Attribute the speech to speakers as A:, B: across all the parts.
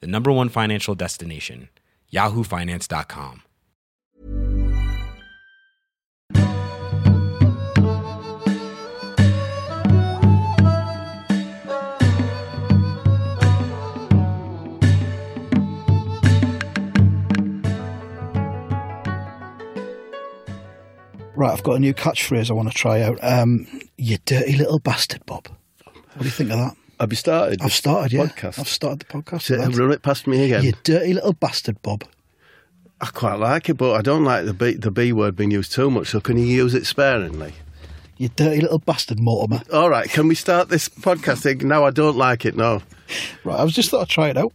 A: the number one financial destination, yahoofinance.com.
B: Right, I've got a new catchphrase I want to try out. Um, you dirty little bastard, Bob. What do you think of that?
C: Have you started?
B: I've started, yeah.
C: Podcast.
B: I've started the podcast.
C: So,
B: with that.
C: run it past me again.
B: You dirty little bastard, Bob.
C: I quite like it, but I don't like the B, the B word being used too much. So can you use it sparingly?
B: You dirty little bastard, Mortimer.
C: All right, can we start this podcast? thing? No, I don't like it. No,
B: Right, I was just thought I'd try it out.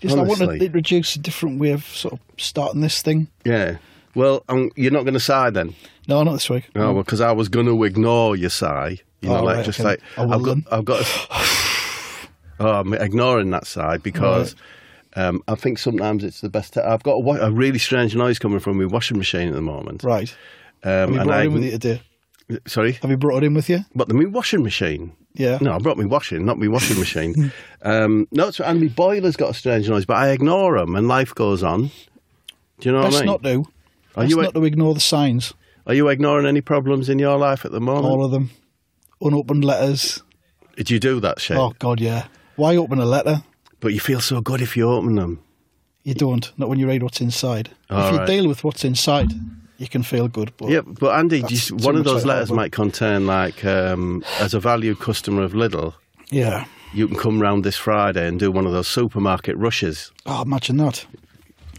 B: Just I wanted
C: Honestly.
B: to introduce a different way of sort of starting this thing.
C: yeah. Well, um, you're not going to sigh then.
B: No, not this week.
C: No, because I was going to ignore your sigh. You know,
B: Oh,
C: like
B: right,
C: just
B: okay.
C: like
B: I will
C: I've got,
B: then.
C: I've got. To, oh, I'm ignoring that sigh because um, I think sometimes it's the best. I've got a, wa- a really strange noise coming from my washing machine at the moment.
B: Right.
C: Um,
B: Have you
C: and
B: brought
C: I,
B: it in with you today?
C: Sorry,
B: Have you brought it in with you?
C: but the new washing machine.
B: Yeah.
C: No, I brought me washing, not me washing machine. um, no, it's, and my boiler's got a strange noise, but I ignore them, and life goes on. Do you know what I
B: Best
C: mean?
B: not do.
C: Are
B: Best
C: you-
B: not to ignore the signs.
C: Are you ignoring any problems in your life at the moment?
B: All of them. Unopened letters.
C: Do you do that shit?
B: Oh, God, yeah. Why open a letter?
C: But you feel so good if you open them.
B: You don't. Not when you read what's inside.
C: All
B: if you
C: right.
B: deal with what's inside, you can feel good. But
C: Yeah, but Andy, do you,
B: That's
C: s-
B: too
C: one of
B: much
C: those
B: like
C: letters
B: that, but-
C: might contain like, um, as a valued customer of Lidl,
B: yeah.
C: you can come round this Friday and do one of those supermarket rushes.
B: Oh, imagine that.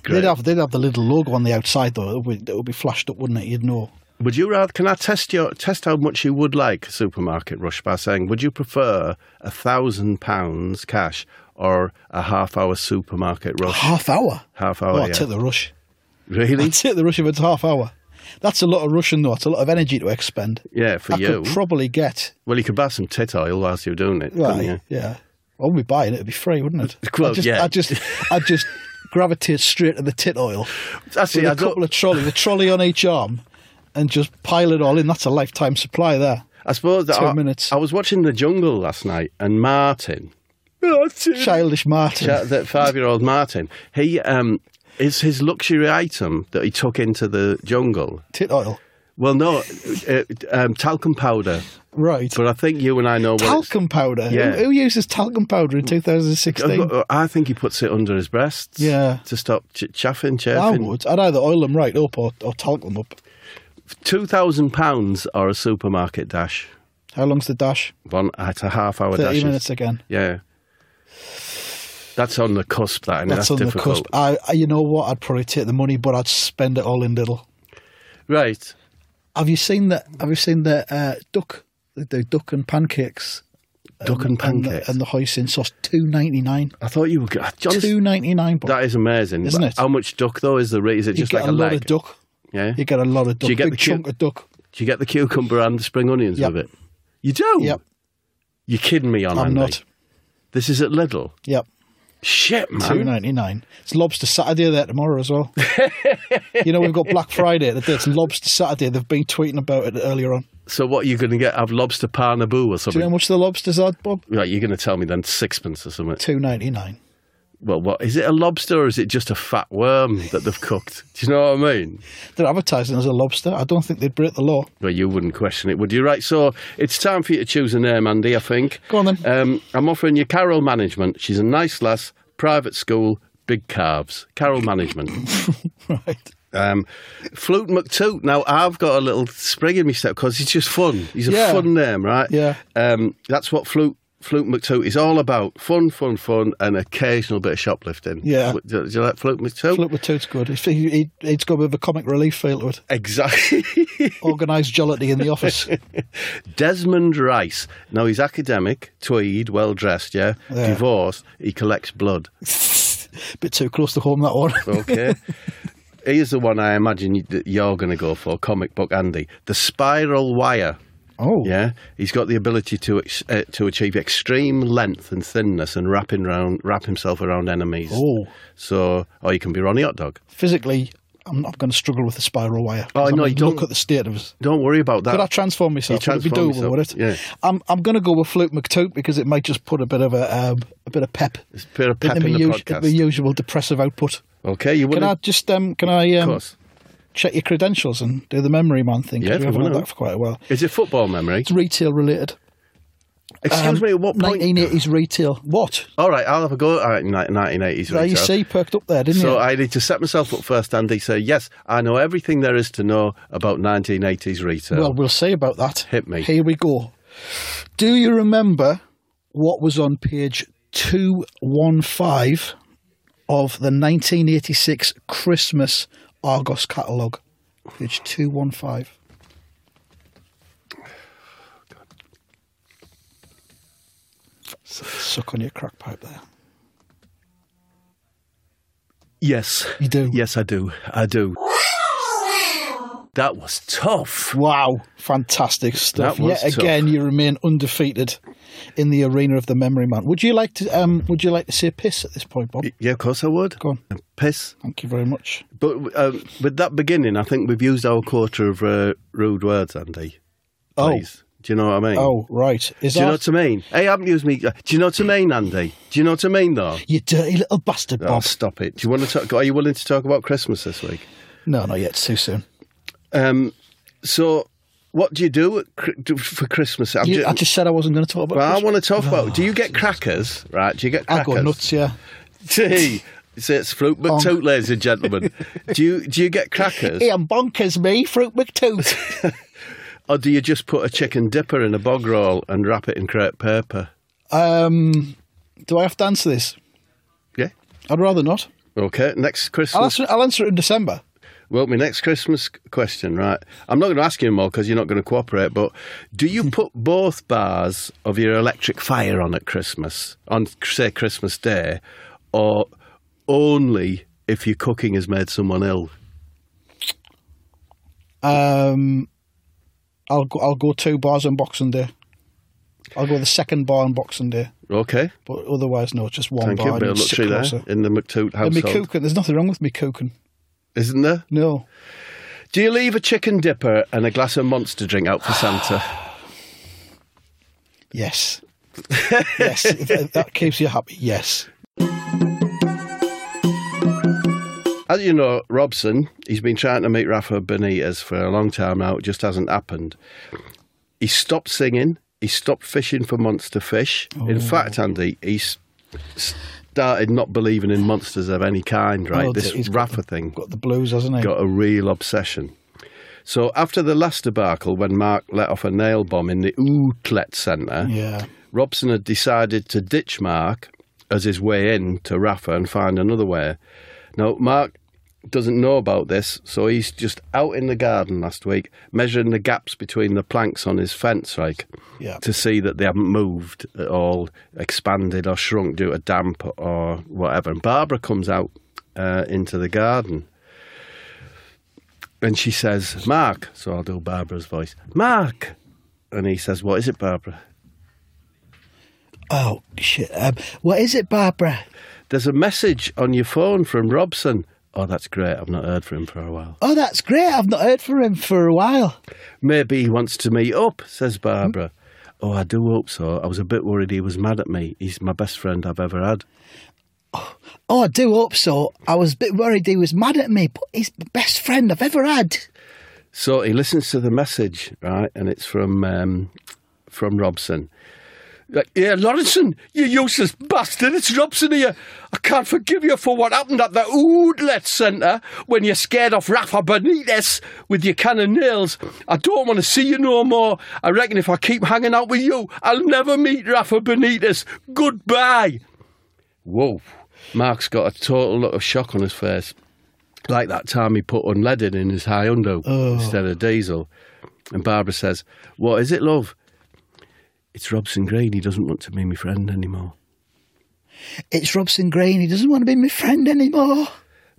C: Great.
B: They'd have they'd have the little logo on the outside though. It would, it would be flashed up, wouldn't it? You'd know.
C: Would you rather? Can I test your test how much you would like a supermarket rush by saying, would you prefer a thousand pounds cash or a half hour supermarket rush?
B: Half hour.
C: half
B: Oh,
C: hour,
B: I'd
C: yeah.
B: take the rush.
C: really?
B: I'd take the rush if it's half hour. That's a lot of rushing though. It's a lot of energy to expend.
C: Yeah, for
B: I
C: you.
B: could probably get.
C: well, you could buy some tit oil whilst you're doing it, couldn't
B: Right.
C: you?
B: Yeah. I wouldn't be buying it. It'd be free, wouldn't it?
C: Well,
B: I just,
C: yeah.
B: I just, I just gravitate straight to the tit oil.
C: Actually,
B: with
C: I
B: a couple
C: don't,
B: of trolley, the trolley on each arm, and just pile it all in. That's a lifetime supply there.
C: I suppose that
B: two
C: I,
B: minutes.
C: I was watching The Jungle last night, and Martin,
B: Oh,
C: Martin,
B: Childish Martin.
C: Cha- that five-year-old Martin, he um, is his luxury item that he took into the jungle.
B: Tit oil.
C: Well, no, uh, um, talcum powder.
B: Right.
C: But I think you and I know what it's-
B: talcum powder.
C: Yeah. uh,
B: Who, who uses talcum powder in 2016?
C: I think he puts it under his breasts.
B: Yeah.
C: To stop ch- chaffing,
B: I
C: chaffing.
B: would. I'd either oil them right up or, or talc them up.
C: Two thousand pounds or a supermarket dash.
B: How long's the dash?
C: One at a half hour
B: 30
C: dash. is-
B: minutes again.
C: Yeah. That's on the cusp. That I mean, that's,
B: That's on
C: difficult.
B: the cusp. I, I, you know what? I'd probably take the money, but I'd spend it all in little.
C: Right.
B: Have you seen that? Have you seen the uh, duck? The, the duck and pancakes. um,
C: Duck and
B: And
C: pancakes.
B: the, and the hoisin sauce, two ninety nine.
C: I thought you were. g- ah, John,
B: Two ninety nine.
C: that is amazing,
B: Isn't
C: But
B: it?
C: How much duck though is the rate? Is it
B: you
C: just
B: get
C: like
B: a,
C: a,
B: lot
C: leg?
B: of duck.
C: Yeah.
B: You get a lot of duck.
C: you get the
B: Big
C: cu-
B: chunk of duck.
C: Do you get the cucumber and the spring onions
B: Yep.
C: with it? You do.
B: Yep.
C: You're kidding me, on
B: I'm
C: Andy.
B: not.
C: This is at Lidl.
B: Yep.
C: Shit,
B: Two
C: man.
B: ninety nine. It's lobster Saturday there tomorrow as well. you know we've got Black Friday today. It's lobster Saturday. They've been tweeting about it earlier on.
C: So what are you going to get? Have lobster parnaboo or
B: Do
C: something?
B: you know how much the lobsters are, Bob?
C: Right, you're going to tell me then sixpence or something.
B: Two ninety nine.
C: Well, what is it? A lobster or is it just a fat worm that they've cooked? Do you know what I mean?
B: They're advertising as a lobster. I don't think they'd break the law.
C: Well, you wouldn't question it, would you? Right. So it's time for you to choose a name, Andy. I think.
B: Go on then.
C: Um, I'm offering you Carol Management. She's a nice lass, private school, big calves. Carol Management.
B: Right.
C: Um, Flute McToot. Now I've got a little spring in my step because it's just fun. He's a
B: Yeah.
C: fun name, right?
B: Yeah.
C: Um, that's what Flute Flute McToot is all about: fun, fun, fun, and occasional bit of shoplifting.
B: Yeah.
C: What- Do, do you like Flute McToot?
B: Flip with two's good. It's, he, he, it's got a bit of a comic relief feel to it.
C: Exactly.
B: Organised jollity in the office.
C: Desmond Rice. Now he's academic, tweed, well dressed. Yeah?
B: Yeah.
C: Divorced. He collects blood.
B: bit too close to home that one.
C: Okay. Here's the one I imagine you- that you're going to go for comic book Andy. The spiral wire.
B: Oh,
C: Yeah, he's got the ability to ex- uh, to achieve extreme length and thinness and wrapping round, wrap himself around enemies.
B: Oh.
C: so or you can be Ronnie Hot Dog.
B: physically, I'm not going to struggle with the spiral wire.
C: Oh,
B: I
C: no,
B: mean,
C: you don't-
B: Look at the state of us.
C: Don't worry about that.
B: Could I transform myself?
C: You
B: Would it be
C: transform
B: doable, would it?
C: yourself, yeah.
B: I'm I'm going to go with Fluke McTope because it might just put a bit of a um, a bit of pep,
C: It's a bit of pep
B: in,
C: in
B: the
C: the
B: us-
C: podcast.
B: the usual depressive output.
C: okay, you
B: Can
C: wouldn't.
B: I just um can I
C: of
B: um,
C: course.
B: check your credentials and do the memory man thing? 'Cause
C: Yeah, if
B: we
C: you
B: haven't had
C: wanna.
B: that for quite a while.
C: Is it football memory?
B: It's retail related.
C: Excuse
B: Um,
C: me. At what point?
B: 1980s retail. What?
C: All right, I'll have a go at nineteen eighties.
B: There you see, perked up there, didn't
C: So
B: you?
C: I need to set myself up first, Andy. Say yes, I know everything there is to know about nineteen eighties retail.
B: well, we'll see about that.
C: Hit me.
B: Here we go. Do you remember what was on page 215 of the 1986 Christmas Argos catalogue? Page 215. Suck on your crack pipe there.
C: yes,
B: You do?
C: yes, I do, I do. That was tough.
B: Wow, fantastic stuff!
C: That was
B: Yet
C: tough.
B: again, you remain undefeated in the arena of the memory man. Would you like to? Um, would you like to say piss at this point, Bob?
C: Yeah, of course I would.
B: Go on.
C: Piss.
B: Thank you very much.
C: But uh, with that beginning, I think we've used our quarter of uh, rude words, Andy. Please. Do you know what I mean?
B: Oh, oh, right. Is
C: Do you know
B: that
C: what I mean? Hey, I haven't used me. uh, Do you know what I mean, Andy? Do you know what I mean, though?
B: you dirty little bastard,
C: Oh,
B: Bob?
C: stop it. Do you want to talk? Are you willing to talk about Christmas this week?
B: No, not yet. It's too soon.
C: Um, so, what do you do at, Chri- do- for Christmas? I'm
B: You-
C: ju-
B: I just said I wasn't going to talk about.
C: well, I
B: Christmas.
C: want to talk about. Do you get crackers? Right? Do you get
B: I
C: crackers?
B: got nuts. Oh. Yeah.
C: Gee, so it's fruit, but toot, ladies and gentlemen. do you do you get crackers,
B: Hey, I'm bonkers, me fruit McToot.
C: or do you just put a chicken dipper in a bog roll and wrap it in crepe paper?
B: um, do I have to answer this?
C: Yeah.
B: I'd rather not.
C: Okay. Next
B: I'll
C: Christmas.
B: answer, I'll answer it in December.
C: Well, my next Christmas question, right? I'm not going to ask you more because you're not going to cooperate. But do you put both bars of your electric fire on at Christmas, on say Christmas Day, or only if your cooking has made someone ill?
B: Um, I'll go, I'll go two bars on Boxing Day. I'll go the second bar on Boxing Day,
C: Okay,
B: but otherwise no, just one
C: thank
B: bar.
C: you.
B: and
C: Bit of
B: sit
C: luxury there
B: closer.
C: in the McToot
B: And me
C: household,
B: cooking, there's nothing wrong with me cooking.
C: isn't there?
B: No,
C: Do you leave a chicken dipper and a glass of monster drink out for Santa?
B: yes, yes, that, that keeps you happy. Yes,
C: As you know, Robson, he's been trying to meet Rafa Benitez for a long time now. It just hasn't happened. He stopped singing. He stopped fishing for monster fish.
B: Oh.
C: In fact, Andy, he s- started not believing in monsters of any kind, right?
B: Oh,
C: this
B: he's got
C: Rafa thing
B: got the blues, hasn't he?
C: got a real obsession. So after the last debacle, when Mark let off a nail bomb in the Outlet Centre,
B: Yeah,
C: Robson had decided to ditch Mark as his way in to Rafa and find another way. Now, Mark doesn't know about this, so he's just out in the garden last week measuring the gaps between the planks on his fence, like
B: yeah.
C: to see that they haven't moved at all, expanded or shrunk due to damp or whatever. And Barbara comes out uh, into the garden and she says, Mark. So I'll do Barbara's voice, Mark. And he says, What is it, Barbara?
B: Oh shit! Um, what is it, Barbara?
C: There's a message on your phone from Robson. Oh, that's great. I've not heard from him for a while.
B: Oh, that's great. I've not heard from him for a while.
C: Maybe he wants to meet up, says Barbara. Oh, I do hope so. I was a bit worried he was mad at me. He's my best friend I've ever had.
B: Oh, I do hope so. I was a bit worried he was mad at me, but he's the best friend I've ever had.
C: So he listens to the message, right? And it's from um, from Robson. Like, yeah, Lawrenson, you useless bastard. It's Robson here. I can't forgive you for what happened at the Oodlet Centre when you scared off Rafa Benitez with your can of nails. I don't want to see you no more. I reckon if I keep hanging out with you, I'll never meet Rafa Benitez. Goodbye. Whoa. Mark's got a total look of shock on his face. Like that time he put unleaded in his high undo
B: Oh.
C: instead of diesel. And Barbara says, What is it, love? It's Robson Green. He doesn't want to be my friend anymore.
B: It's Robson Green. He doesn't want to be my friend anymore.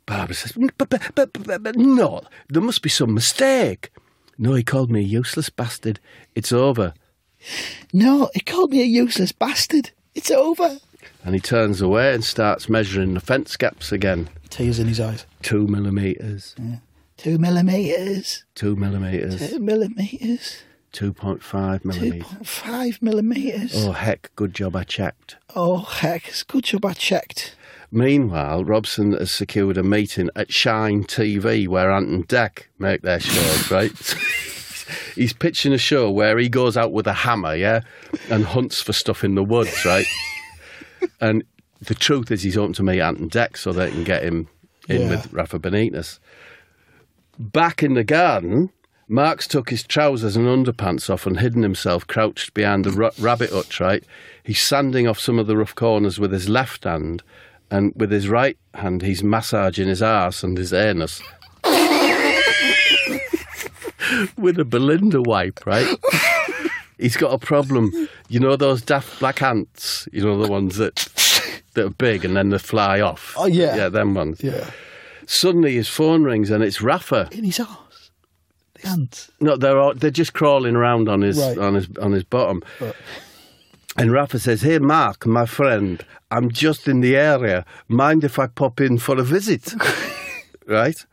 C: Barbara says, but, but, but, but, but no, there must be some mistake. No, he called me a useless bastard. It's over.
B: No, he called me a useless bastard. It's over.
C: And he turns away and starts measuring the fence gaps again.
B: Tears in his eyes.
C: Two millimetres,
B: Two millimetres.
C: two millimetres,
B: Two millimetres.
C: 2.5
B: Two
C: millimetres.
B: point five millimetres.
C: Oh, heck, good job I checked.
B: Oh, heck. It's good job I checked.
C: Meanwhile, Robson has secured a meeting at Shine TV where Ant and Deck make their shows, right? He's pitching a show where he goes out with a hammer, yeah, and hunts for stuff in the woods, right? and the truth is, he's hoping to meet Ant and Deck so they can get him in
B: Yeah.
C: with Rafa Benitez. Back in the garden, Mark's took his trousers and underpants off and hidden himself crouched behind the ra- rabbit hutch, right? He's sanding off some of the rough corners with his left hand, and with his right hand, he's massaging his arse and his anus. with a Belinda wipe, right? He's got a problem. You know those daft black ants? You know, the ones that. That are big and then they fly off.
B: Oh, yeah.
C: yeah, them ones.
B: Yeah.
C: Suddenly his phone rings and it's Rafa.
B: In his arse. And
C: No, they're all, they're just crawling around on his
B: Right.
C: on his on his bottom. And Rafa says, "Hey, Mark, my friend, I'm just in the area. Mind if I pop in for a visit?" right?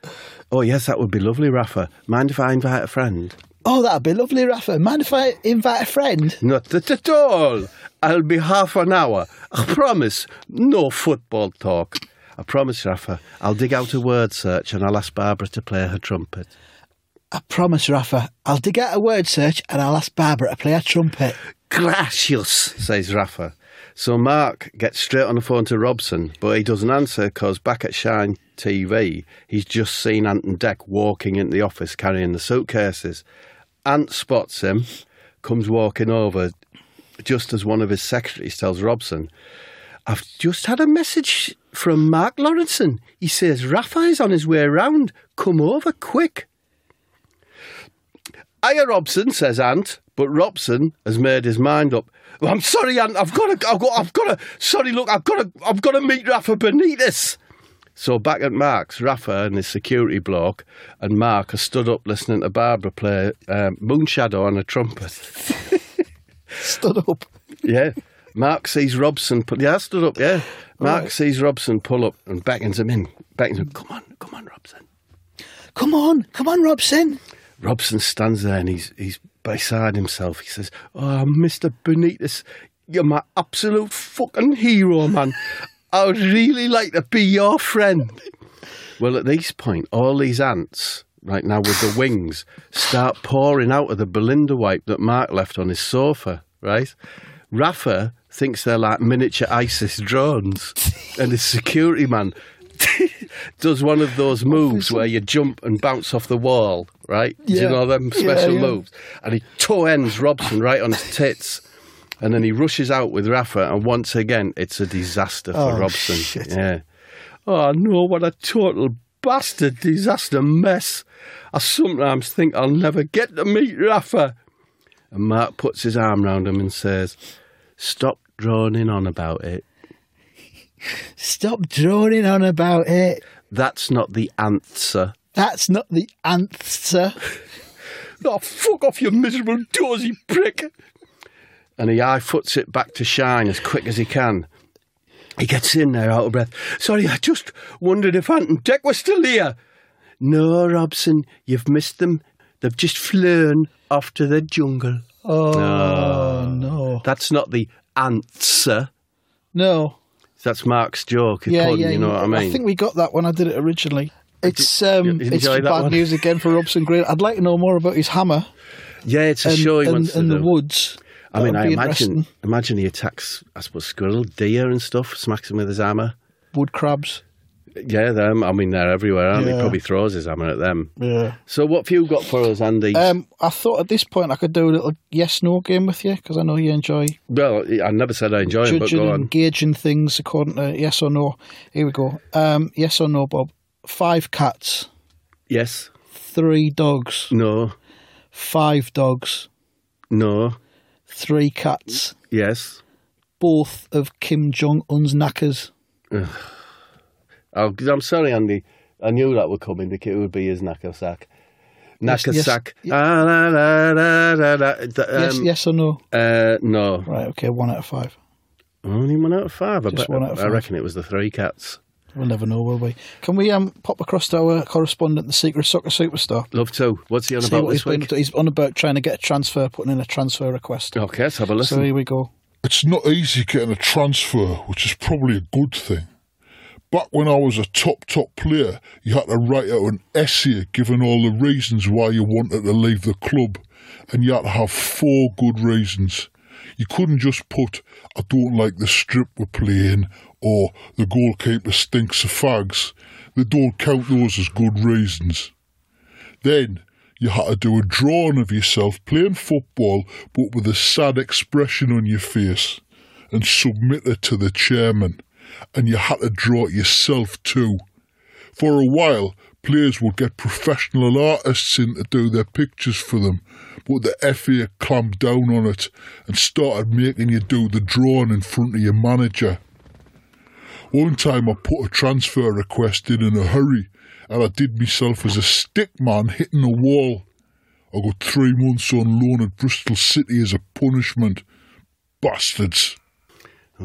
C: Oh yes, that would be lovely, Rafa. Mind if I invite a friend?
B: Oh, that'd be lovely, Rafa. Mind if I invite a friend?
C: Not that at all. I'll be half an hour. I promise. No football talk. I promise, Rafa. I'll dig out a word search and I'll ask Barbara to play her trumpet.
B: I promise, Rafa. I'll dig out a word search and I'll ask Barbara to play a trumpet.
C: Gracious, says Rafa. So Mark gets straight on the phone to Robson, but he doesn't answer because back at Shine TV, he's just seen Ant and Deck walking into the office carrying the suitcases. Ant spots him, comes walking over just as one of his secretaries tells Robson, I've just had a message from Mark Lawrenson. He says Rafa is on his way round. Come over quick. Hiya, Robson, says Ant, but Robson has made his mind up. "Well, I'm sorry, Ant, I've got to, I've got, I've got to, sorry, look, I've got to, I've got to meet Rafa Benitez. So back at Mark's, Rafa and his security block and Mark are stood up listening to Barbara play um, Moonshadow on a trumpet.
B: Stood up.
C: Yeah. Mark sees Robson pull. Yeah, I stood up. Yeah. Mark
B: Right.
C: sees Robson pull up and beckons him in. Beckons him. Come on, come on, Robson.
B: Come on, come on, Robson.
C: Robson stands there and he's he's beside himself. He says, "Oh, Mister Benitez, you're my absolute fucking hero, man. I would really like to be your friend." Well, at this point, all these ants right now with the wings start pouring out of the Belinda wipe that Mark left on his sofa. Right, Rafa thinks they're like miniature ISIS drones, and his security man. does one of those moves where you jump and bounce off the wall, right? Do you
B: Yeah.
C: know them
B: Yeah,
C: special
B: yeah.
C: moves? And he toe ends Robson right on his tits. And then he rushes out with Rafa, and once again, it's a disaster for
B: Oh,
C: Robson.
B: shit.
C: Yeah. Oh no, what a total bastard disaster mess. I sometimes think I'll never get to meet Rafa. And Mark puts his arm round him and says, Stop droning on about it.
B: Stop droning on about it.
C: That's not the answer.
B: That's not the answer.
C: Oh, fuck off, you miserable dozy prick. And he high foots it back to Shine as quick as he can. He gets in there out of breath. Sorry, I just wondered if Ant and Deck were still here. No, Robson, you've missed them. They've just flown off to the jungle.
B: Oh, no.
C: That's not the answer.
B: No.
C: That's Mark's joke. his
B: Yeah,
C: pun,
B: yeah.
C: you know what I mean?
B: I think we got that when I did it originally. It's um,
C: you
B: it's
C: enjoy that
B: bad
C: one?
B: news again for Robson Green. I'd like to know more about his hammer
C: yeah, it's a
B: and,
C: show he
B: and,
C: wants to
B: and the
C: do.
B: woods.
C: I mean,
B: That would
C: I
B: be
C: imagine,
B: interesting.
C: imagine he attacks, I suppose, squirrel, deer and stuff, smacks him with his hammer.
B: wood crabs.
C: Yeah, them. I mean, they're everywhere, aren't they?
B: Yeah.
C: Probably throws his hammer at them.
B: Yeah.
C: So, what have you got for us, Andy?
B: Um, I thought at this point I could do a little yes/no game with you because I know you enjoy
C: well, I never said I enjoy him, but
B: judging
C: go
B: and
C: on.
B: gauging things according to yes or no. Here we go. Um, yes or no, Bob. Five cats,
C: Yes.
B: three dogs,
C: No.
B: five dogs,
C: No.
B: three cats,
C: Yes.
B: both of Kim Jong Un's knackers.
C: Oh, 'cause I'm sorry, Andy. I knew that would come in. The kid would be his knacker sack. Knacker
B: yes.
C: sack. Ah, la, la, la, la, la. D-
B: yes,
C: um,
B: yes or no?
C: Uh, no.
B: Right, okay, one out of five.
C: Only one out of five. I,
B: Just
C: bet-
B: one out of
C: I
B: five.
C: reckon it was the three cats.
B: We'll never know, will we? Can we um, pop across to our correspondent, the secret soccer superstar?
C: Love to. What's he on
B: See
C: about
B: what he's
C: this
B: been up
C: week?
B: to. He's on about trying to get a transfer, putting in a transfer request.
C: Okay, let's have a
B: so
C: listen.
B: here we go.
D: It's not easy getting a transfer, which is probably a good thing. Back when I was a top, top player, you had to write out an essay giving all the reasons why you wanted to leave the club, and you had to have four good reasons. You couldn't just put, I don't like the strip we're playing, or the goalkeeper stinks of fags. They don't count those as good reasons. Then you had to do a drawing of yourself playing football but with a sad expression on your face and submit it to the chairman. And you had to draw it yourself too. For a while, players would get professional artists in to do their pictures for them, but the FA clamped down on it and started making you do the drawing in front of your manager. One time I put a transfer request in in a hurry and I did myself as a stick man hitting a wall. I got three months on loan at Bristol City as a punishment. Bastards.
C: Oh,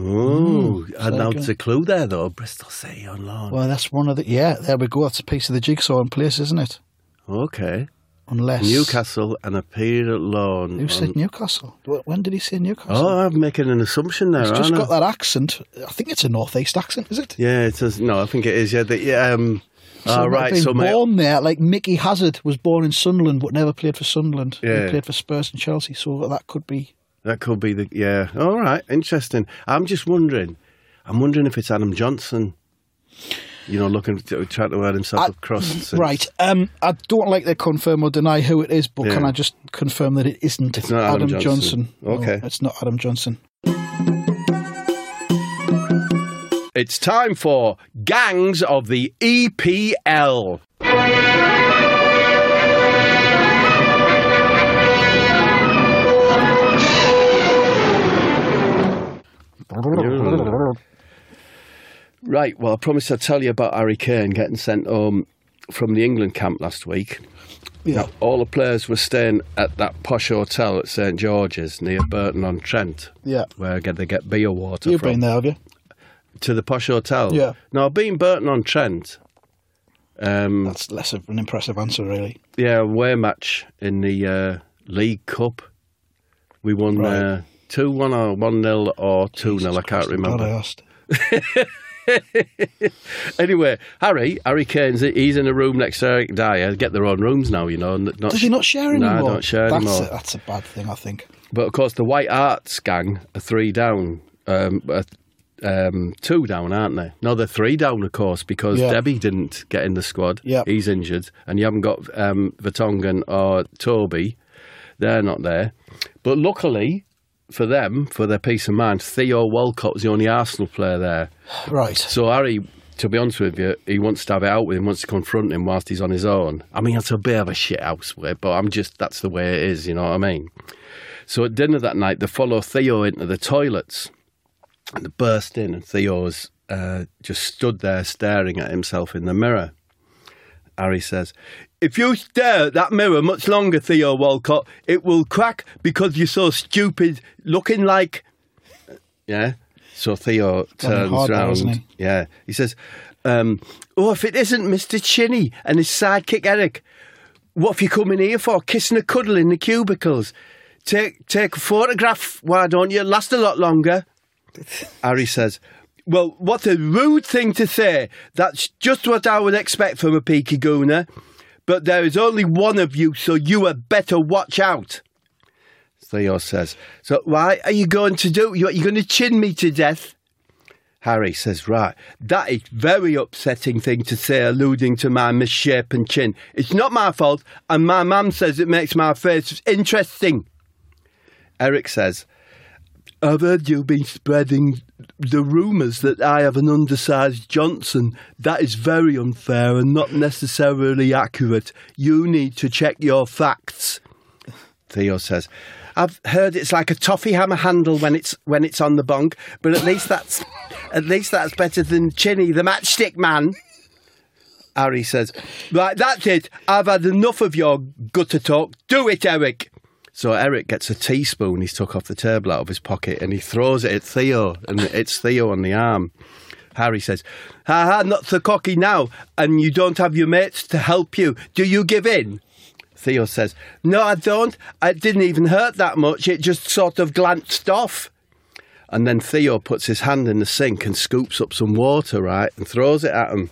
B: Mm,
C: I announced
B: okay.
C: a clue there, though. Bristol City on loan.
B: Well, that's one of the. Yeah, there we go. That's a piece of the jigsaw in place, isn't it?
C: Okay.
B: Unless.
C: Newcastle and a period at loan.
B: Who
C: on-
B: said Newcastle? Wh- When did he say Newcastle?
C: Oh, I'm making an assumption there,
B: He's
C: aren't
B: just
C: I?
B: got that accent. I think it's a northeast accent, is it?
C: Yeah, it says no. I think it is. Yeah, the, yeah. Um,
B: So
C: all right.
B: being
C: So my
B: born there, like Mickey Hazard was born in Sunderland but never played for Sunderland.
C: Yeah.
B: He played for Spurs and Chelsea, so that could be.
C: that could be the yeah. All right, interesting. I'm just wondering. I'm wondering if it's Adam Johnson. You know, looking to, trying to earn himself
B: I-
C: a crust. since-
B: Right. Um, I don't like to confirm or deny who it is, but
C: Yeah.
B: can I just confirm that it isn't
C: It's not Adam Johnson.
B: No,
C: Okay.
B: it's not Adam Johnson.
C: It's time for gangs of the E EPL. Right. Well, I promised I'd tell you about Harry Kane getting sent home from the England camp last week.
B: Yeah.
C: Now, all the players were staying at that posh hotel at St George's near Burton on Trent,
B: Yeah.
C: where get- they get beer water
B: You've
C: from.
B: been there, have you?
C: To the posh hotel.
B: Yeah.
C: Now, I've been Burton on Trent. Um,
B: That's less of an impressive answer, really.
C: yeah, away match in the uh, League Cup. We won
B: Right.
C: uh, 2 1 or 1 0 or 2 0, I can't
B: God,
C: remember.
B: I asked.
C: Anyway, Harry, Harry Kane's he's in a room next to Eric Dyer. Get their own rooms now, you know. and Not,
B: Does he not share
C: No, I
B: anymore?
C: don't share
B: that's
C: anymore.
B: A, that's a bad thing, I think.
C: But of course, the White Arts gang are three down, um, uh, um, two down, aren't they? No, they're three down, of course, because
B: Yeah.
C: Debbie didn't get in the squad.
B: Yeah.
C: He's injured, and you haven't got um, Vertonghen or Toby. They're not there. But luckily for them, for their peace of mind, Theo Walcott's the only Arsenal player there.
B: Right.
C: So Harry, to be honest with you, he wants to have it out with him, wants to confront him whilst he's on his own. I mean, it's a bit of a shit house way, but I'm just that's the way it is. You know what I mean? So at dinner that night, they follow Theo into the toilets, and they burst in, and Theo's uh, just stood there staring at himself in the mirror. Harry says, If you stare at that mirror much longer, Theo Walcott, it will crack because you're so stupid looking like. Yeah. So Theo turns
B: hard now,
C: round.
B: isn't he?
C: Yeah. He says, um, Oh, if it isn't Mr. Chinny and his sidekick Eric, what have you come in here for? Kissing a cuddle in the cubicles. Take, take a photograph, why don't you? Last a lot longer. Harry says, Well, what a rude thing to say. That's just what I would expect from a peaky gooner. But there is only one of you, so you had better watch out. Theo says, So why are you going to do? You're going to chin me to death? Harry says, Right, that is very upsetting thing to say, alluding to my misshapen chin. It's not my fault, and my mum says it makes my face interesting. Eric says, I've heard you've been spreading the rumours that I have an undersized Johnson. That is very unfair and not necessarily accurate. You need to check your facts. Theo says, I've heard it's like a toffee hammer handle when it's when it's on the bunk, but at least that's at least that's better than Chinny the matchstick man. Harry says, "Right, that's it. I've had enough of your gutter talk. Do it, Eric." So Eric gets a teaspoon he's took off the table out of his pocket and he throws it at Theo, and it's Theo on the arm. Harry says, "Ha ha, not so cocky now, and you don't have your mates to help you. Do you give in?" Theo says, No, I don't. It didn't even hurt that much. It just sort of glanced off. And then Theo puts his hand in the sink and scoops up some water, right, and throws it at him.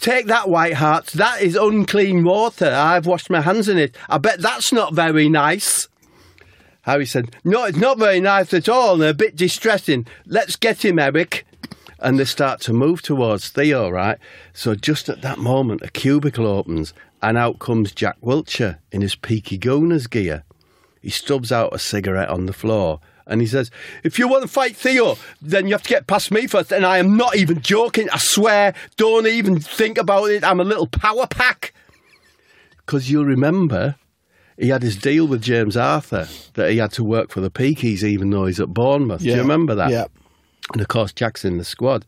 C: Take that, White Hart. That is unclean water. I've washed my hands in it. I bet that's not very nice. Harry said, No, it's not very nice at all and a bit distressing. Let's get him, Eric. And they start to move towards Theo, right? So just at that moment, a cubicle opens and out comes Jack Wiltshire in his Peaky Gooners gear. He stubs out a cigarette on the floor and he says, If you want to fight Theo, then you have to get past me first. And I am not even joking. I swear, don't even think about it. I'm a little power pack. Because you'll remember he had his deal with James Arthur that he had to work for the Peakies even though he's at Bournemouth. Do you remember that?
B: Yeah.
C: And of course, Jack's in the squad.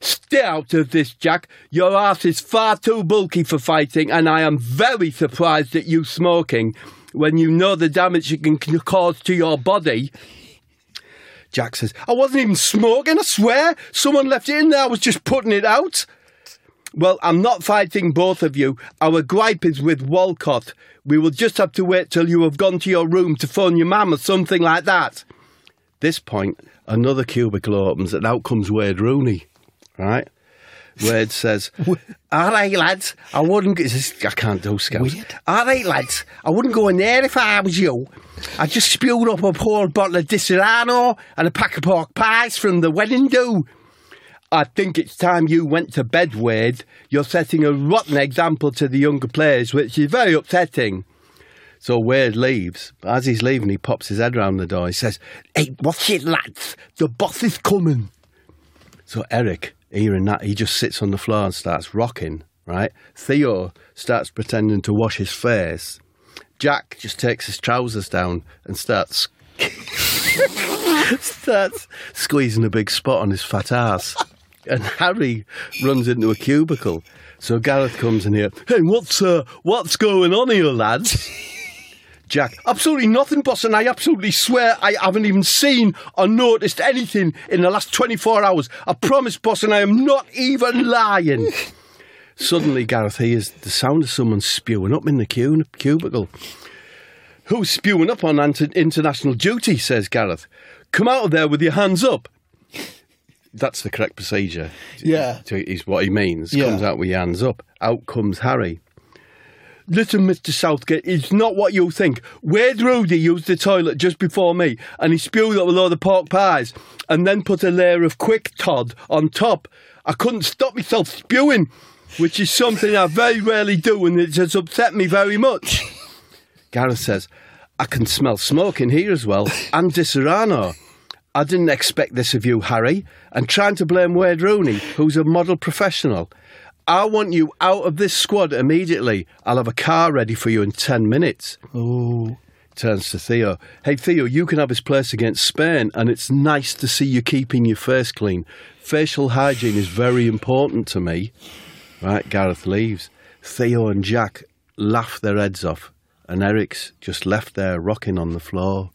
C: Stay out of this, Jack. Your ass is far too bulky for fighting, and I am very surprised at you smoking when you know the damage it can c- cause to your body. Jack says, I wasn't even smoking, I swear. Someone left it in there, I was just putting it out. Well, I'm not fighting both of you. Our gripe is with Walcott. We will just have to wait till you have gone to your room to phone your mum or something like that this point, another cubicle opens and out comes Wade Rooney, right? Wade says, All right, lads, I wouldn't. Is this, I can't do scouts. All right, lads, I wouldn't go in there if I was you. I just spewed up a whole bottle of Disaronno and a pack of pork pies from the wedding do. I think it's time you went to bed, Wade. You're setting a rotten example to the younger players, which is very upsetting. So Wade leaves. As he's leaving, he pops his head round the door. He says, Hey, what's it, lads? The boss is coming. So Eric, hearing that, he just sits on the floor and starts rocking, right? Theo starts pretending to wash his face. Jack just takes his trousers down and starts starts squeezing a big spot on his fat ass. And Harry runs into a cubicle. So Gareth comes in here. Hey, what's uh, what's going on here, lads? Jack, absolutely nothing, boss, and I absolutely swear I haven't even seen or noticed anything in the last 24 hours. I promise, boss, and I am not even lying. Suddenly, Gareth hears the sound of someone spewing up in the cu- cubicle. Who's spewing up on ant- international duty? says Gareth. Come out of there with your hands up. That's the correct procedure
B: Yeah.
C: to, is what he means.
B: Yeah.
C: Comes out with your hands up. Out comes Harry. Listen, Mr. Southgate, it's not what you think. Wade Rudy used the toilet just before me and he spewed up a load of pork pies and then put a layer of quick Todd on top. I couldn't stop myself spewing, which is something I very rarely do and it has upset me very much. Gareth says, I can smell smoke in here as well and Disaronno. I didn't expect this of you, Harry, and trying to blame Wade Rooney, who's a model professional. I want you out of this squad immediately. I'll have a car ready for you in 10 minutes.
B: Oh.
C: Turns to Theo. Hey, Theo, you can have his place against Spain, and it's nice to see you keeping your face clean. Facial hygiene is very important to me. Right, Gareth leaves. Theo and Jack laugh their heads off, and Eric's just left there rocking on the floor.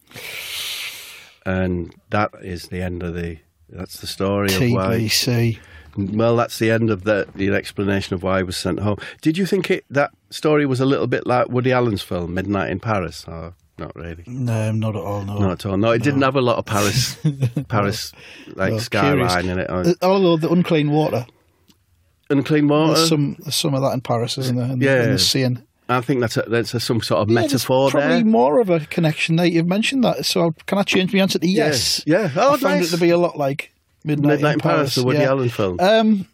C: And that is the end of the. That's the story of why.
B: TBC.
C: Well, that's the end of the, the explanation of why he was sent home. Did you think it, that story was a little bit like Woody Allen's film Midnight in Paris? Oh, not really.
B: No, not at all. No.
C: Not at all. No, it didn't have a lot of Paris, Paris like
B: Well,
C: skyline
B: curious.
C: in it.
B: Uh,
C: Or
B: Although the unclean water,
C: unclean water.
B: there's some there's some of that in Paris, isn't there? In, the- in
C: uh, Yeah.
B: the scene.
C: I think that's a, that's a, some sort of
B: Yeah, there's
C: metaphor
B: probably
C: there.
B: more of a connection there. You've mentioned that, so can I change my answer to yes?
C: Yeah. Oh,
B: I found
C: nice.
B: it to be a lot like Midnight,
C: Midnight in Paris, the Woody
B: yeah.
C: Allen film.
B: Um,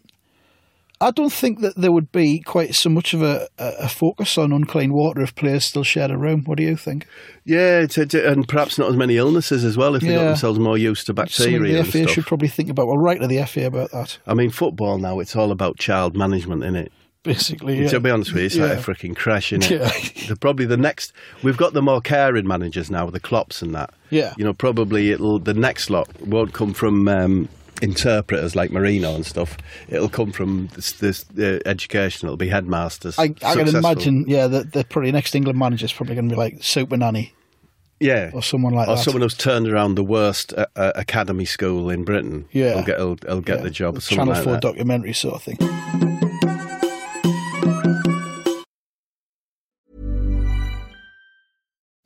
B: I don't think that there would be quite so much of a, a a focus on unclean water if players still shared a room. What do you think?
C: yeah, to, to, and perhaps not as many illnesses as well if they got
B: Yeah.
C: themselves more used to
B: Something
C: bacteria
B: the
C: and
B: FA
C: stuff.
B: should probably think about. Well, write to the FA about that.
C: I mean, football now, it's all about child management, isn't it?
B: basically. Yeah.
C: To be honest with you, it's like a
B: Yeah.
C: freaking crash, is
B: Yeah.
C: The, probably the next, we've got the more caring managers now, the Klops and that.
B: Yeah.
C: You know, probably it'll the next lot won't come from um, interpreters like Marino and stuff. It'll come from this, this uh, education. It'll be headmasters.
B: I, I can
C: Successful.
B: imagine, yeah, that the probably next England manager's probably going to be like Super Nanny
C: yeah,
B: or someone like
C: or
B: that.
C: someone who's turned around the worst uh, uh, academy school in Britain.
B: Yeah.
C: will get, will will get
B: Yeah,
C: the job. or something
B: Channel
C: like
B: 4
C: that.
B: documentary sort of thing.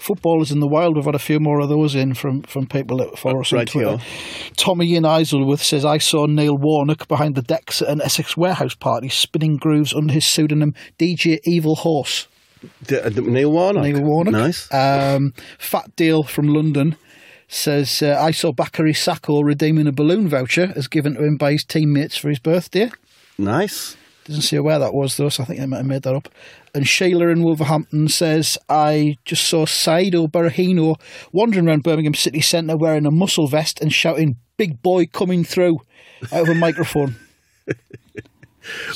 B: Footballers in the Wild, we've had a few more of those in from, from people that follow us on
C: Uh, Right
B: Twitter.
C: here.
B: Tommy in Isleworth says, I saw Neil Warnock behind the decks at an Essex warehouse party spinning grooves under his pseudonym DJ Evil Horse.
C: D- uh, Neil Warnock.
B: Neil Warnock.
C: Nice.
B: Um, Fat Deal from London says, uh, I saw Bakary Sacco redeeming a balloon voucher as given to him by his teammates for his birthday.
C: nice.
B: Doesn't say where that was though, so I think they might have made that up. And Sheila in Wolverhampton says, I just saw Saido Berahino wandering around Birmingham city centre wearing a muscle vest and shouting, Big boy coming through out of a microphone.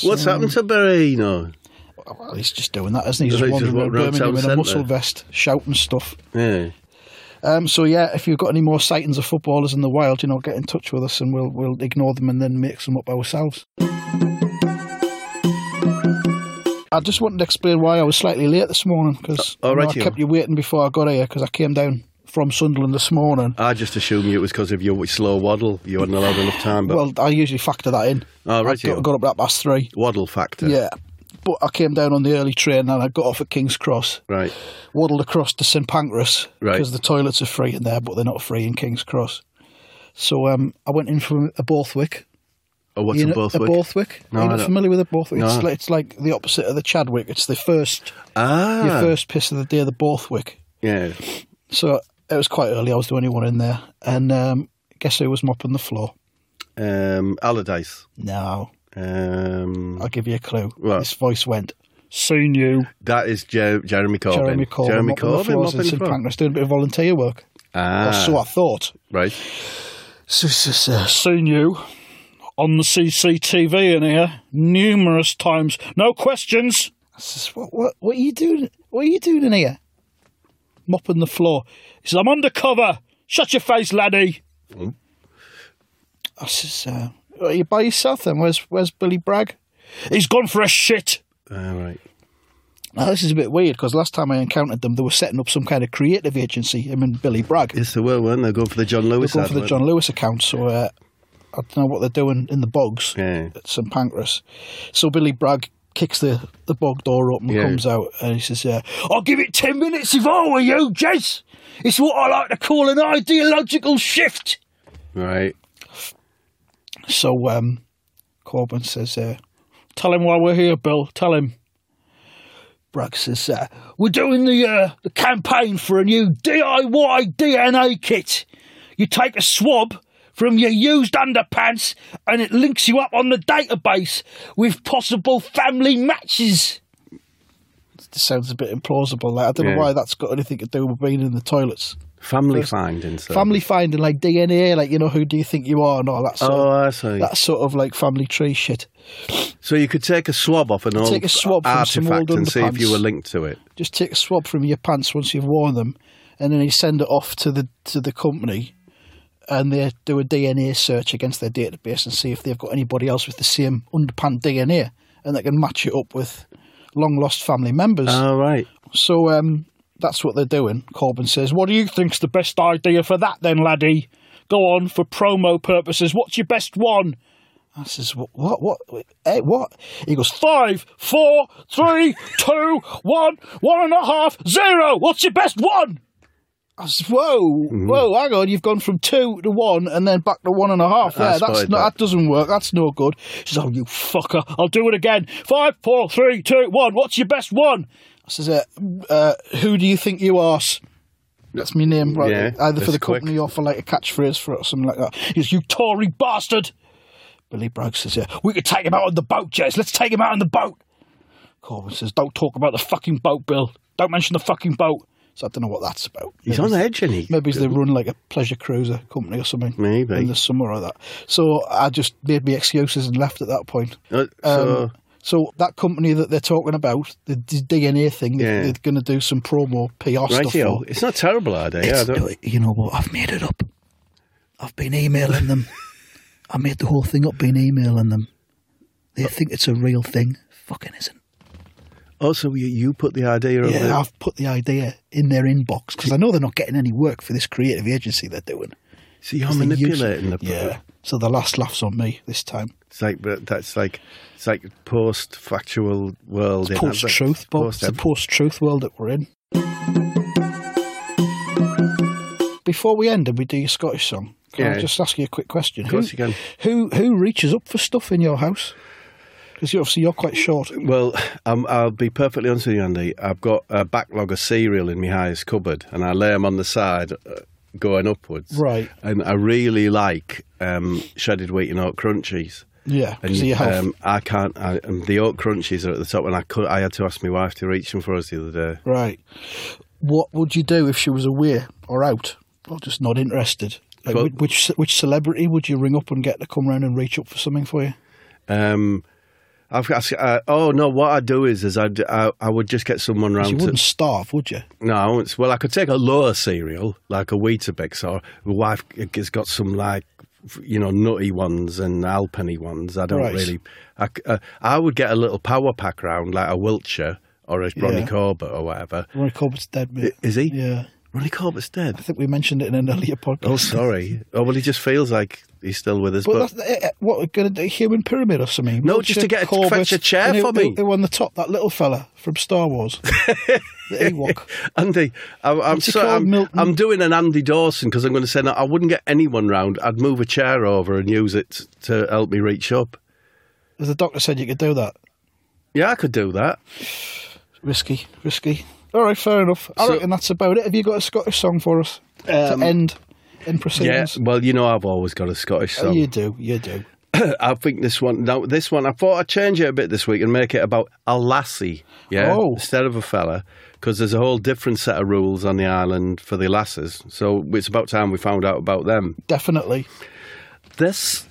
C: What's happened to Barino?
B: Well, he's just doing that, isn't he? He's
C: He's
B: just
C: just
B: wandering around
C: walking around
B: Birmingham
C: town
B: in a
C: centre.
B: muscle vest, shouting stuff.
C: Yeah.
B: Um, so yeah, if you've got any more sightings of footballers in the wild, you know, get in touch with us and we'll we'll ignore them and then mix them up ourselves. I just wanted to explain why I was slightly late this morning because
C: Uh, all right,
B: I
C: you.
B: kept you waiting before I got here because I came down from Sunderland this morning.
C: I just assumed it was because of your slow waddle. You hadn't allowed enough time. But
B: Well, I usually factor that in.
C: Oh, right,
B: I
C: you.
B: got, got up that past three.
C: waddle factor.
B: Yeah. But I came down on the early train and I got off at King's Cross,
C: Right.
B: waddled across to St Pancras
C: Right.
B: because the toilets are free in there, but they're not free in King's Cross. So um, I went in from a Borthwick,
C: Or Oh, what's
B: you
C: a
B: know,
C: Bothwick?
B: A Borthwick.
C: No,
B: Are you
C: I
B: not
C: don't-
B: familiar with a Borthwick? It's,
C: No.
B: like, it's like the opposite of the Chadwick. It's the first, your
C: Ah.
B: first piss of the day, the Borthwick.
C: Yeah.
B: So it was quite early. I was the only one in there, and um, guess who was mopping the floor?
C: Um, Allardyce.
B: No,
C: Um,
B: I'll give you a clue.
C: What?
B: His voice went. Seen you,
C: that is Jer- Jeremy Corbyn.
B: Jeremy Corbyn.
C: Jeremy
B: mopping the
C: Corbyn.
B: floors
C: mopping
B: in St
C: front.
B: Pancras, doing a bit of volunteer work. Or
C: Ah.
B: so I thought.
C: Right.
B: So it's just, uh, seen you on the CCTV in here numerous times. No questions. I says, what, what, what are you doing? What are you doing in here? Mopping the floor. He says, I'm undercover. Shut your face, laddie. I says, uh, are you by yourself then? Where's, where's Billy Bragg? He's gone for a shit.
C: All Ah, right.
B: Now, this is a bit weird because last time I encountered them, they were setting up some kind of creative agency, him and Billy Bragg.
C: Yes, they were, weren't they? Going for the John Lewis.
B: They're going for
C: ad,
B: the John
C: weren't
B: Lewis account, so uh, I don't know what they're doing in the bogs
C: Yeah.
B: at St Pancras. So Billy Bragg kicks the, the bog door open,
C: Yeah.
B: comes out, and he says, uh, I'll give it 10 minutes if I were you, Jess. It's what I like to call an ideological shift.
C: they? Right.
B: So um, Corbyn says, uh, Tell him why we're here, Bill. Tell him. Bragg says, uh, We're doing the, uh, the campaign for a new DIY DNA kit. You take a swab from your used underpants and it links you up on the database with possible family matches. This sounds a bit implausible. Like, I don't
C: Yeah.
B: know why that's got anything to do with being in the toilets.
C: Family
B: First-
C: finding. So.
B: Family finding, like DNA, like you know, who do you think you are, and all that sort.
C: Oh,
B: of,
C: I see.
B: that sort of like family tree shit.
C: So you could take a swab off an old
B: Take a swab from some
C: artifact
B: old
C: and see if you
B: underpants.
C: were linked to it.
B: Just take a swab from your pants once you've worn them, and then you send it off to the to the company, and they do a DNA search against their database and see if they've got anybody else with the same underpant DNA, and they can match it up with long lost family members.
C: All Oh, right.
B: So um, that's what they're doing. Corbyn says, What do you think's the best idea for that then, laddie? Go on, for promo purposes, what's your best one? I says, "Wha- What? What? Eh, what? He goes, Five, four, three, two, one, one and a half, zero. What's your best one? I says, Whoa, whoa, hang on, you've gone from two to one and then back to one and a half.
C: I
B: There, that's
C: spotted
B: not,
C: that.
B: that doesn't work. That's no good. She says, Oh, you fucker. I'll do it again. Five, four, three, two, one. What's your best one? I says, uh, uh, Who do you think you are? That's my name, right?
C: Yeah,
B: Either for
C: that's
B: the
C: quick.
B: company or for like a catchphrase for it or something like that. He says, You Tory bastard. Billy Bragg says, yeah, We could take him out on the boat, Jez. Let's take him out on the boat. Corbyn says, Don't talk about the fucking boat, Bill. Don't mention the fucking boat. So I don't know what that's about.
C: He's on edge, isn't he?
B: Maybe they run like a pleasure cruiser company or something.
C: Maybe.
B: In the summer or that. So I just made me excuses and left at that point.
C: Uh, so,
B: um, So that company that they're talking about, the d- DNA thing, they
C: Yeah.
B: they're going to do some promo PR stuff.
C: rightio.
B: for.
C: It's not a terrible idea. I
B: It's-
C: don't,
B: you know what? I've made it up. I've been emailing them. I made the whole thing up. Been emailing them. They
C: Uh,
B: think it's a real thing. Fucking isn't.
C: also, you, you put the idea of
B: Yeah,
C: the-
B: I've put the idea in their inbox because I know they're not getting any work for this creative agency they're doing.
C: So you're
B: 'Cause they use-
C: manipulating the.
B: Yeah. So the last laugh's on me this time.
C: It's like but that's like it's like post factual world. in
B: Post truth, Bob. It's the
C: post-
B: post truth world that we're in. Before we end and we do your Scottish song, can
C: Yeah.
B: I just ask you a quick question? Of
C: course
B: who,
C: you can.
B: Who who reaches up for stuff in your house? Because you obviously you're quite short.
C: Well, um, I'll be perfectly honest with you, Andy. I've got a backlog of cereal in my highest cupboard, and I lay them on the side, uh, going upwards.
B: Right.
C: And I really like um, shredded wheat and oat crunchies.
B: Yeah,
C: And um,
B: because of your health.
C: I can't. I, and the oat crunchies are at the top, and I could. I had to ask my wife to reach them for us the other day.
B: right. What would you do if she was away or out or just not interested? Like,
C: Well-
B: whi- which which celebrity would you ring up and get to come round and reach up for something for you?
C: Um, I've got. Uh, oh no! What I do is, is I'd, I I would just get someone
B: 'Cause You
C: round to
B: wouldn't starve, would you?
C: No, I won't. Well, I could take a lower cereal, like a Weetabix, or my wife has got some like, you know, nutty ones and Alpenny ones. I don't
B: Right.
C: really. I, c- uh, I would get a little power pack round, like a Wiltshire or a Ronnie
B: Yeah.
C: Corbett or whatever.
B: Ronnie Corbett's oh, dead, mate.
C: Is he?
B: Yeah.
C: Ronnie Corbett's
B: I
C: dead.
B: think we mentioned it in an earlier podcast.
C: Oh, sorry. oh, well, he just feels like he's still with us.
B: But,
C: But,
B: that's, eh, eh, what we're going to do? Human pyramid or something?
C: No, just to
B: Richard
C: get a- fetch a chair
B: and who-
C: for me.
B: who- Who on the top? That little fella from Star Wars, the Ewok.
C: Andy, I, I'm,
B: What's he
C: so,
B: called,
C: I'm,
B: Milton?
C: I'm doing an Andy Dawson because I'm going to say no, I wouldn't get anyone round. I'd move a chair over and use it to help me reach up.
B: As the doctor said, you could do that.
C: Yeah, I could do that.
B: Risky, risky. All right, fair enough. I
C: So-
B: reckon that's about it. Have you got a Scottish song for us
C: Um,
B: to end in
C: Yeah,
B: proceedings?
C: well, you know, I've always got a Scottish
B: Oh, you
C: song.
B: do, you do.
C: I think this one, now this one, I thought I'd change it a bit this week and make it about a lassie, yeah,
B: Oh.
C: instead of a fella, because there's a whole different set of rules on the island for the lasses. So it's about time we found out about them.
B: Definitely.
C: This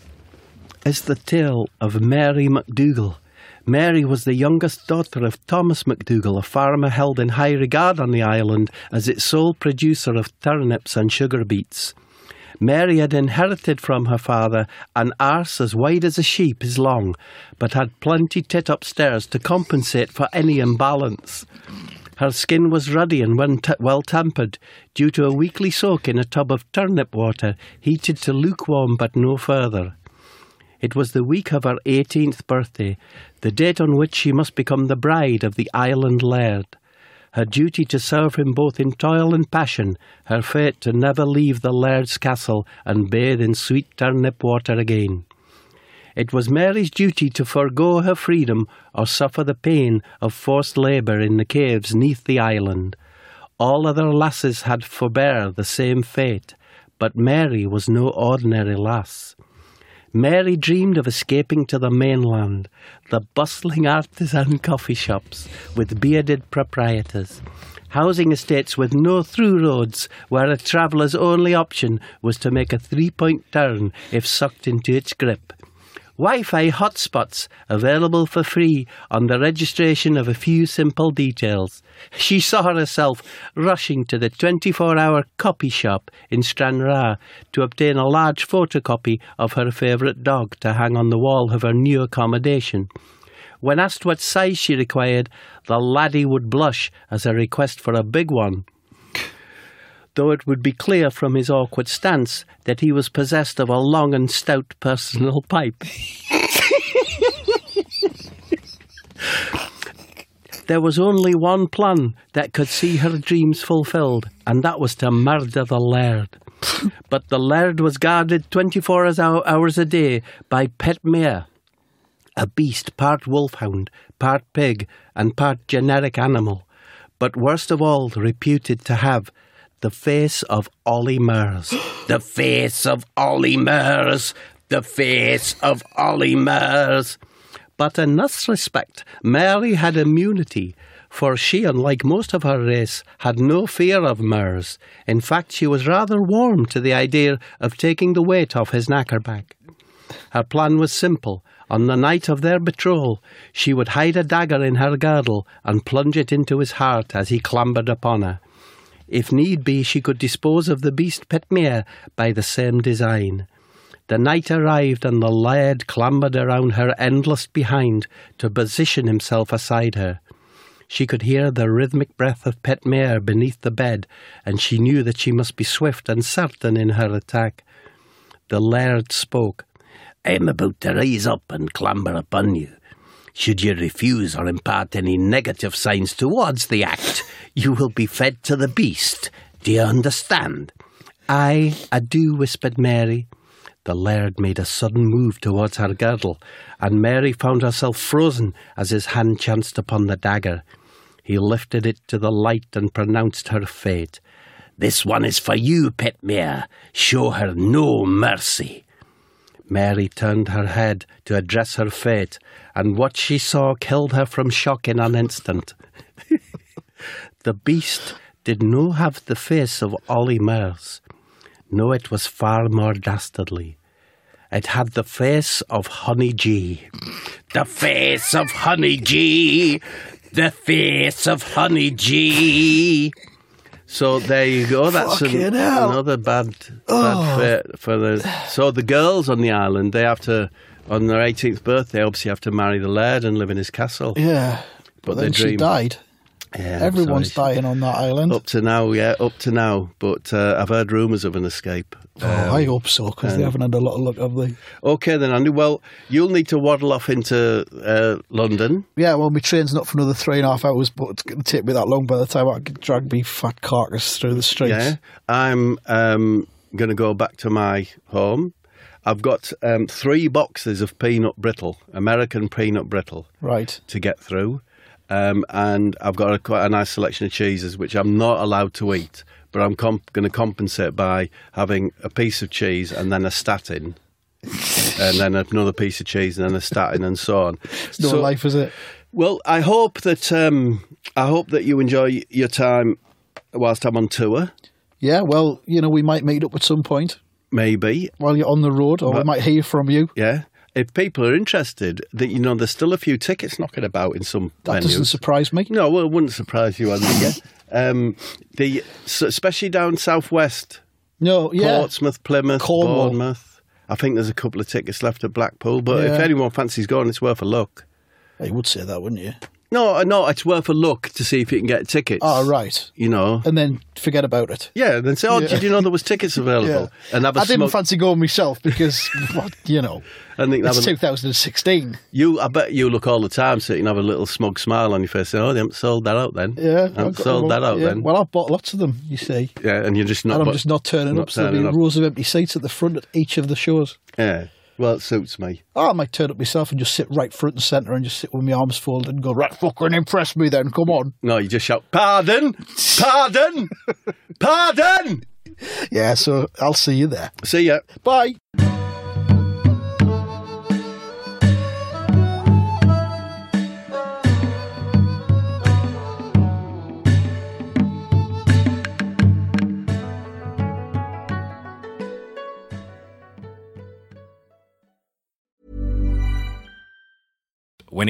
C: is the tale of Mary MacDougall. Mary was the youngest daughter of Thomas MacDougall, a farmer held in high regard on the island as its sole producer of turnips and sugar beets. Mary had inherited from her father an arse as wide as a sheep is long, but had plenty tit upstairs to compensate for any imbalance. Her skin was ruddy and wen- t- well tempered due to a weekly soak in a tub of turnip water heated to lukewarm but no further. It was the week of her 18th birthday, the date on which she must become the bride of the island laird. Her duty to serve him both in toil and passion, her fate to never leave the laird's castle and bathe in sweet turnip water again. It was Mary's duty to forego her freedom or suffer the pain of forced labour in the caves neath the island. All other lasses had forbear the same fate, but Mary was no ordinary lass. Mary dreamed of escaping to the mainland, the bustling artisan coffee shops with bearded proprietors, housing estates with no through roads, where a traveller's only option was to make a three point turn if sucked into its grip. Wi Fi hotspots available for free on the registration of a few simple details. She saw herself rushing to the 24 hour copy shop in Stranraer to obtain a large photocopy of her favourite dog to hang on the wall of her new accommodation. When asked what size she required, the laddie would blush as a request for a big one though it would be clear from his awkward stance that he was possessed of a long and stout personal pipe. there was only one plan that could see her dreams fulfilled, and that was to murder the laird. but the laird was guarded 24 hours- hours a day by Pet Mare, a beast part wolfhound, part pig, and part generic animal, but worst of all, reputed to have the face of Ollie Murs. the face of Ollie Murs! The face of Ollie Murs! But in this respect, Mary had immunity, for she, unlike most of her race, had no fear of Murs. In fact, she was rather warm to the idea of taking the weight off his knackerback. Her plan was simple. On the night of their betrothal, she would hide a dagger in her girdle and plunge it into his heart as he clambered upon her. If need be, she could dispose of the beast Petmere by the same design. The night arrived, and the laird clambered around her endless behind to position himself aside her. She could hear the rhythmic breath of Petmere beneath the bed, and she knew that she must be swift and certain in her attack. The laird spoke. I'm about to rise up and clamber upon you. Should you refuse or impart any negative signs towards the act, you will be fed to the beast. Do you understand? I, I do, whispered Mary. The laird made a sudden move towards her girdle, and Mary found herself frozen as his hand chanced upon the dagger. He lifted it to the light and pronounced her fate. This one is for you, Petmere. Show her no mercy. Mary turned her head to address her fate, and what she saw killed her from shock in an instant. the beast did not have the face of Ollie Mers. No, it was far more dastardly. It had the face of Honey G. The face of Honey G! The face of Honey G! So there you go. That's an-
B: Fucking hell.
C: another bad, bad
B: Oh.
C: fate for the. So the girls on the island, they have to, on their 18th birthday, obviously have to marry the laird and live in his castle.
B: Yeah.
C: But
B: then
C: they
B: she
C: dream.
B: died.
C: Yeah, I'm
B: Everyone's
C: sorry.
B: dying on that island.
C: Up to now, yeah, up to now. But uh, I've heard rumours of an escape.
B: oh,
C: um,
B: I hope so, because they haven't had a lot of luck, have they?
C: Okay, then, Andy. Well, you'll need to waddle off into uh, London.
B: Yeah, well, my train's not for another three and a half hours, but it's going to take me that long by the time I can drag me fat carcass through the streets.
C: Yeah. I'm um, going to go back to my home. I've got um, three boxes of peanut brittle, American peanut brittle,
B: Right.
C: to get through. Um, and I've got a, quite a nice selection of cheeses, which I'm not allowed to eat, but I'm comp- going to compensate by having a piece of cheese and then a statin. and then another piece of cheese and then a statin and so on.
B: It's no
C: So-
B: life, is it?
C: well, I hope that um, I hope that you enjoy your time whilst I'm on tour.
B: Yeah, well, you know, we might meet up at some point
C: Maybe,
B: while you're on the road, or we might hear from you.
C: yeah. If people are interested, that you know, there's still a few tickets knocking about in some
B: That
C: venues.
B: doesn't surprise me.
C: no, well, it wouldn't surprise you, Andy. Yeah, um, the so, especially down southwest,
B: No, yeah.
C: Portsmouth, Plymouth,
B: Cornwall.
C: Bournemouth. I think there's a couple of tickets left at Blackpool, but if
B: Yeah.
C: anyone fancies going, it's worth a look.
B: Oh, You would say that, wouldn't you?
C: No, uh, no, it's worth a look to see if you can get tickets.
B: Oh, right.
C: You know,
B: And then forget about it.
C: Yeah, and then say, "Oh,
B: Yeah.
C: did you know there was tickets available?" And have a
B: I didn't
C: smoke.
B: fancy going myself because, what, you know,
C: and think have
B: it's
C: a,
B: 2016.
C: you, I bet you look all the time, so you can have a little smug smile on your face. Saying, "Oh, they haven't sold that out then."
B: Yeah. I've
C: haven't
B: got
C: sold
B: them
C: that
B: all.
C: out
B: Yeah.
C: then.
B: Well, I've bought lots of them, you see.
C: yeah, and you're just not.
B: and I'm
C: but-
B: just not turning
C: not
B: up, so there'll be
C: turning up.
B: rows of empty seats at the front at each of the shows.
C: Yeah, well, it suits me.
B: Oh, I might turn up myself and just sit right front and centre and just sit with my arms folded and go, right, fucking impress me then, come on.
C: No, you just shout, "Pardon, pardon, pardon."
B: Yeah, so I'll see you there.
C: See ya.
B: Bye.
A: when